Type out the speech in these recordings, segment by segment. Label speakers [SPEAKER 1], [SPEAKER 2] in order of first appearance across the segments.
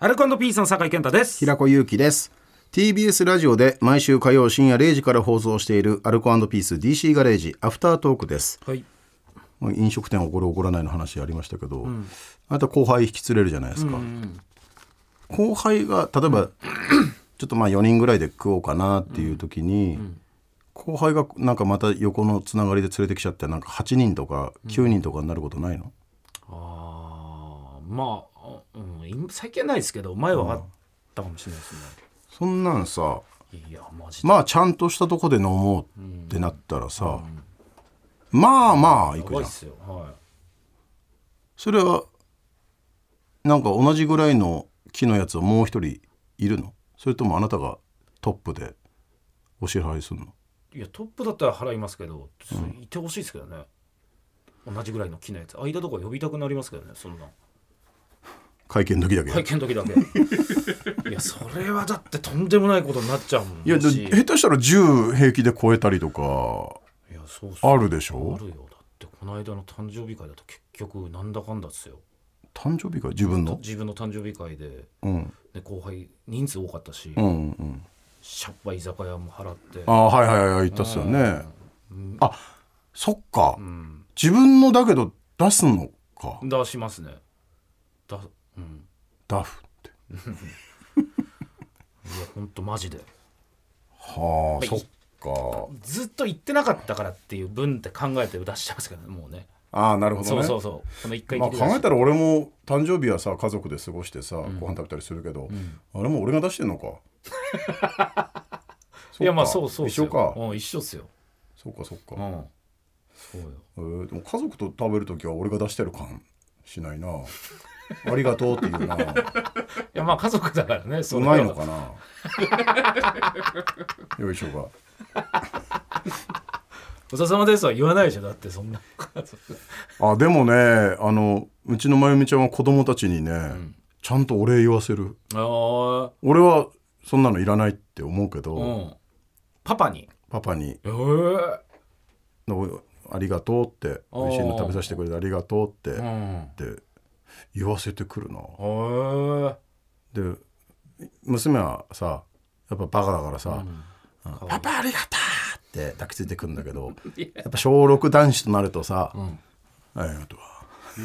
[SPEAKER 1] ピースの酒井健太です。
[SPEAKER 2] 平子祐希です TBS ラジオで毎週火曜深夜0時から放送しているアルコピース DC ガレージアフタートークです
[SPEAKER 1] はい。
[SPEAKER 2] まあ飲食店怒る怒らないの話ありましたけど、あと後輩引き連れるじゃないですか、後輩が例え ばちょっとまあ4人ぐらいで食おうかなっていう時に、後輩がなんかまた横のつながりで連れてきちゃってなんか8人とか9人とかになることないの、
[SPEAKER 1] ああ、まあ、うん、今最近はないですけど、前はあったかもしれないです
[SPEAKER 2] そんなんさ
[SPEAKER 1] ね。いや、マジで。
[SPEAKER 2] まあちゃんとしたとこで飲もうってなったらさ、まあまあ行く
[SPEAKER 1] 怖いっ
[SPEAKER 2] じゃん
[SPEAKER 1] すよ。は
[SPEAKER 2] それはなんか同じぐらいの木のやつはもう一人いるのそれともあなたがトップでお支払いするの
[SPEAKER 1] い。いや、トップだったら払いますけど、いてほしいですけどね。同じぐらいの木のやつ、間とか呼びたくなりますけどね、そんな。
[SPEAKER 2] 会見の時だけ、
[SPEAKER 1] 会見の時だ け。いや、それはだってとんでもないことになっちゃうもん。
[SPEAKER 2] いやだ
[SPEAKER 1] もしい
[SPEAKER 2] 下手したら10平気で超えたりとか
[SPEAKER 1] や、そうそう
[SPEAKER 2] あるでしょ
[SPEAKER 1] あるよ。だって、この間の誕生日会だと、結局なんだかんだっすよ。
[SPEAKER 2] 誕生日か自分の
[SPEAKER 1] 自分の誕生日会で。
[SPEAKER 2] うん
[SPEAKER 1] で後輩人数多かったし、
[SPEAKER 2] うんうんうん
[SPEAKER 1] シャッパ居酒屋も払って
[SPEAKER 2] あはいはいはい言ったっすよねあそっか、自分のだけど出すのか
[SPEAKER 1] 出しますねだうん
[SPEAKER 2] ダフって
[SPEAKER 1] いやほんとマジで
[SPEAKER 2] はあ
[SPEAKER 1] い
[SPEAKER 2] そっか
[SPEAKER 1] ずっと行ってなかったからっていう分って考えて出してますけどねもうね
[SPEAKER 2] ああなるほど
[SPEAKER 1] そ
[SPEAKER 2] ね
[SPEAKER 1] うそうそうこの一回
[SPEAKER 2] ま
[SPEAKER 1] き
[SPEAKER 2] あ、
[SPEAKER 1] り
[SPEAKER 2] 考
[SPEAKER 1] だし
[SPEAKER 2] えたら俺も誕生日はさ家族で過ごしてさ、ご飯食べたりするけど、あれも俺が出し てんのか
[SPEAKER 1] いやまあそうそうっす
[SPEAKER 2] 一
[SPEAKER 1] よ
[SPEAKER 2] 緒か
[SPEAKER 1] うん、一緒っすよ
[SPEAKER 2] そうかそうか、
[SPEAKER 1] うんそうよ
[SPEAKER 2] えーでも家族と食べる時は俺が出してる感しない なありがとうっ ていうない
[SPEAKER 1] やまあ家族だからねそ
[SPEAKER 2] そう
[SPEAKER 1] れ
[SPEAKER 2] な
[SPEAKER 1] はい
[SPEAKER 2] の かなよいしょが
[SPEAKER 1] お疲れ様ですは言わないでしょだってそんな家族
[SPEAKER 2] あでもねあのうちのまゆみちゃんは子供たちにね、ちゃんとお礼言わせる
[SPEAKER 1] ああ
[SPEAKER 2] 俺はそんなのいらないって思うけど、
[SPEAKER 1] うんパパに
[SPEAKER 2] パパに
[SPEAKER 1] ええ
[SPEAKER 2] のありがとうって
[SPEAKER 1] あー
[SPEAKER 2] 美味しいの食べさせてくれてありがとうって、
[SPEAKER 1] う
[SPEAKER 2] っ
[SPEAKER 1] ん
[SPEAKER 2] て言わせてくるな
[SPEAKER 1] へ
[SPEAKER 2] で娘はさやっぱバカだからさ「うんパパありがとう!」って抱きついてくるんだ けどやっぱ小6男子となるとさ「ありがとう
[SPEAKER 1] え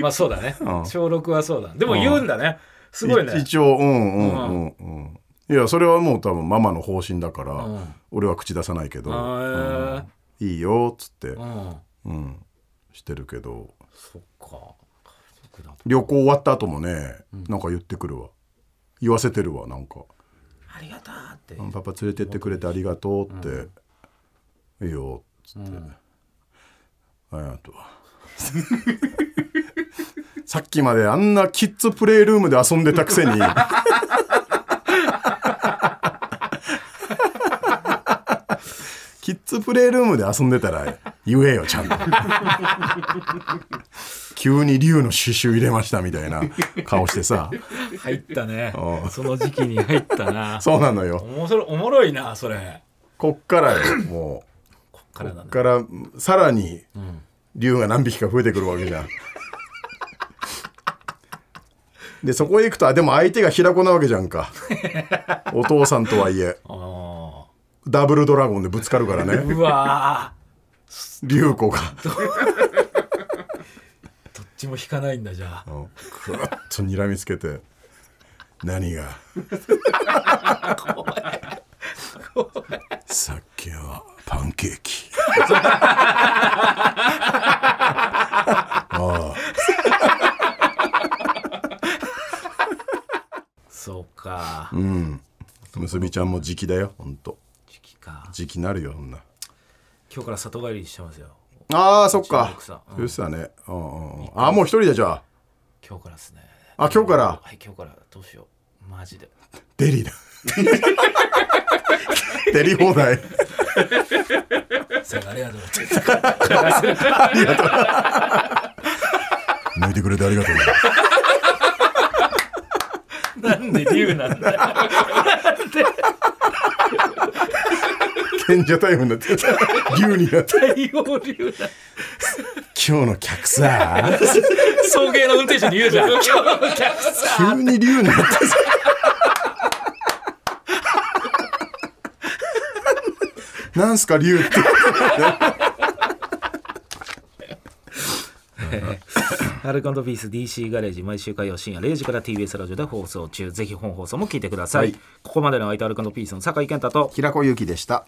[SPEAKER 1] まあそうだね
[SPEAKER 2] うん
[SPEAKER 1] 小6はそうだでも言うんだねすごいね
[SPEAKER 2] い一応うんうんうんうんいやそれはもう多分ママの方針だから、
[SPEAKER 1] うん
[SPEAKER 2] 俺は口出さないけど「
[SPEAKER 1] あ
[SPEAKER 2] うんいいよ」っつって
[SPEAKER 1] ー、うん、
[SPEAKER 2] うん、してるけど
[SPEAKER 1] そっか家族だと
[SPEAKER 2] 旅行終わった後もね、なんか言ってくるわ言わせてるわなんか
[SPEAKER 1] ありがとうって、
[SPEAKER 2] 「パパ連れてってくれてありがとう」って「いいよ」っつって「ありがとう」 さっきまであんなキッズプレイルームで遊んでたくせに キッズプレイルームで遊んでたら言えよちゃんと 急に竜の刺繍入れましたみたいな顔してさ
[SPEAKER 1] 入ったねその時期に入ったな
[SPEAKER 2] そうなのよ
[SPEAKER 1] おもそれおもろいなそれ
[SPEAKER 2] こっからよもう。
[SPEAKER 1] こっからだね
[SPEAKER 2] からさらに竜が何匹か増えてくるわけじゃん。でそこへ行くとあでも相手が平子なわけじゃんかお父さんとはいえ
[SPEAKER 1] あ
[SPEAKER 2] ダブルドラゴンでぶつかるから
[SPEAKER 1] ー
[SPEAKER 2] ね
[SPEAKER 1] うわ
[SPEAKER 2] 竜子が
[SPEAKER 1] ーどっちも引かないんだじゃあ
[SPEAKER 2] うんくわっと睨みつけて何がさっきはパンケーキああ
[SPEAKER 1] そうか
[SPEAKER 2] うん。結びちゃんも時期だよ、ほんと。
[SPEAKER 1] 時期か
[SPEAKER 2] 時期なるよ、そんな。
[SPEAKER 1] 今日から里帰りしてますよ
[SPEAKER 2] ああ、そっか。
[SPEAKER 1] 奥
[SPEAKER 2] そ
[SPEAKER 1] さんうん
[SPEAKER 2] うしたね。うんうんうん。ああ、もう一人だ、じゃあ。
[SPEAKER 1] 今日からですね
[SPEAKER 2] あ、今日から、
[SPEAKER 1] はい今日からどうしようマジで
[SPEAKER 2] デリだ。 デリ放題。
[SPEAKER 1] さあありがとう
[SPEAKER 2] 抜いてくれてありがとうね。
[SPEAKER 1] なんで竜なんだよ。なんで
[SPEAKER 2] 賢者タイムになってた牛になって
[SPEAKER 1] 太陽流だ
[SPEAKER 2] 今日の客さ
[SPEAKER 3] 送迎の運転手に言うじゃん。
[SPEAKER 2] 急に竜になってさ なんすか竜って
[SPEAKER 1] アルカンドピース DC ガレージ毎週火曜深夜0時から TBS ラジオで放送中ぜひ本放送も聞いてください、
[SPEAKER 2] はい
[SPEAKER 1] ここまでの相手アルカンドピースの酒井健太と
[SPEAKER 2] 平子ゆきでした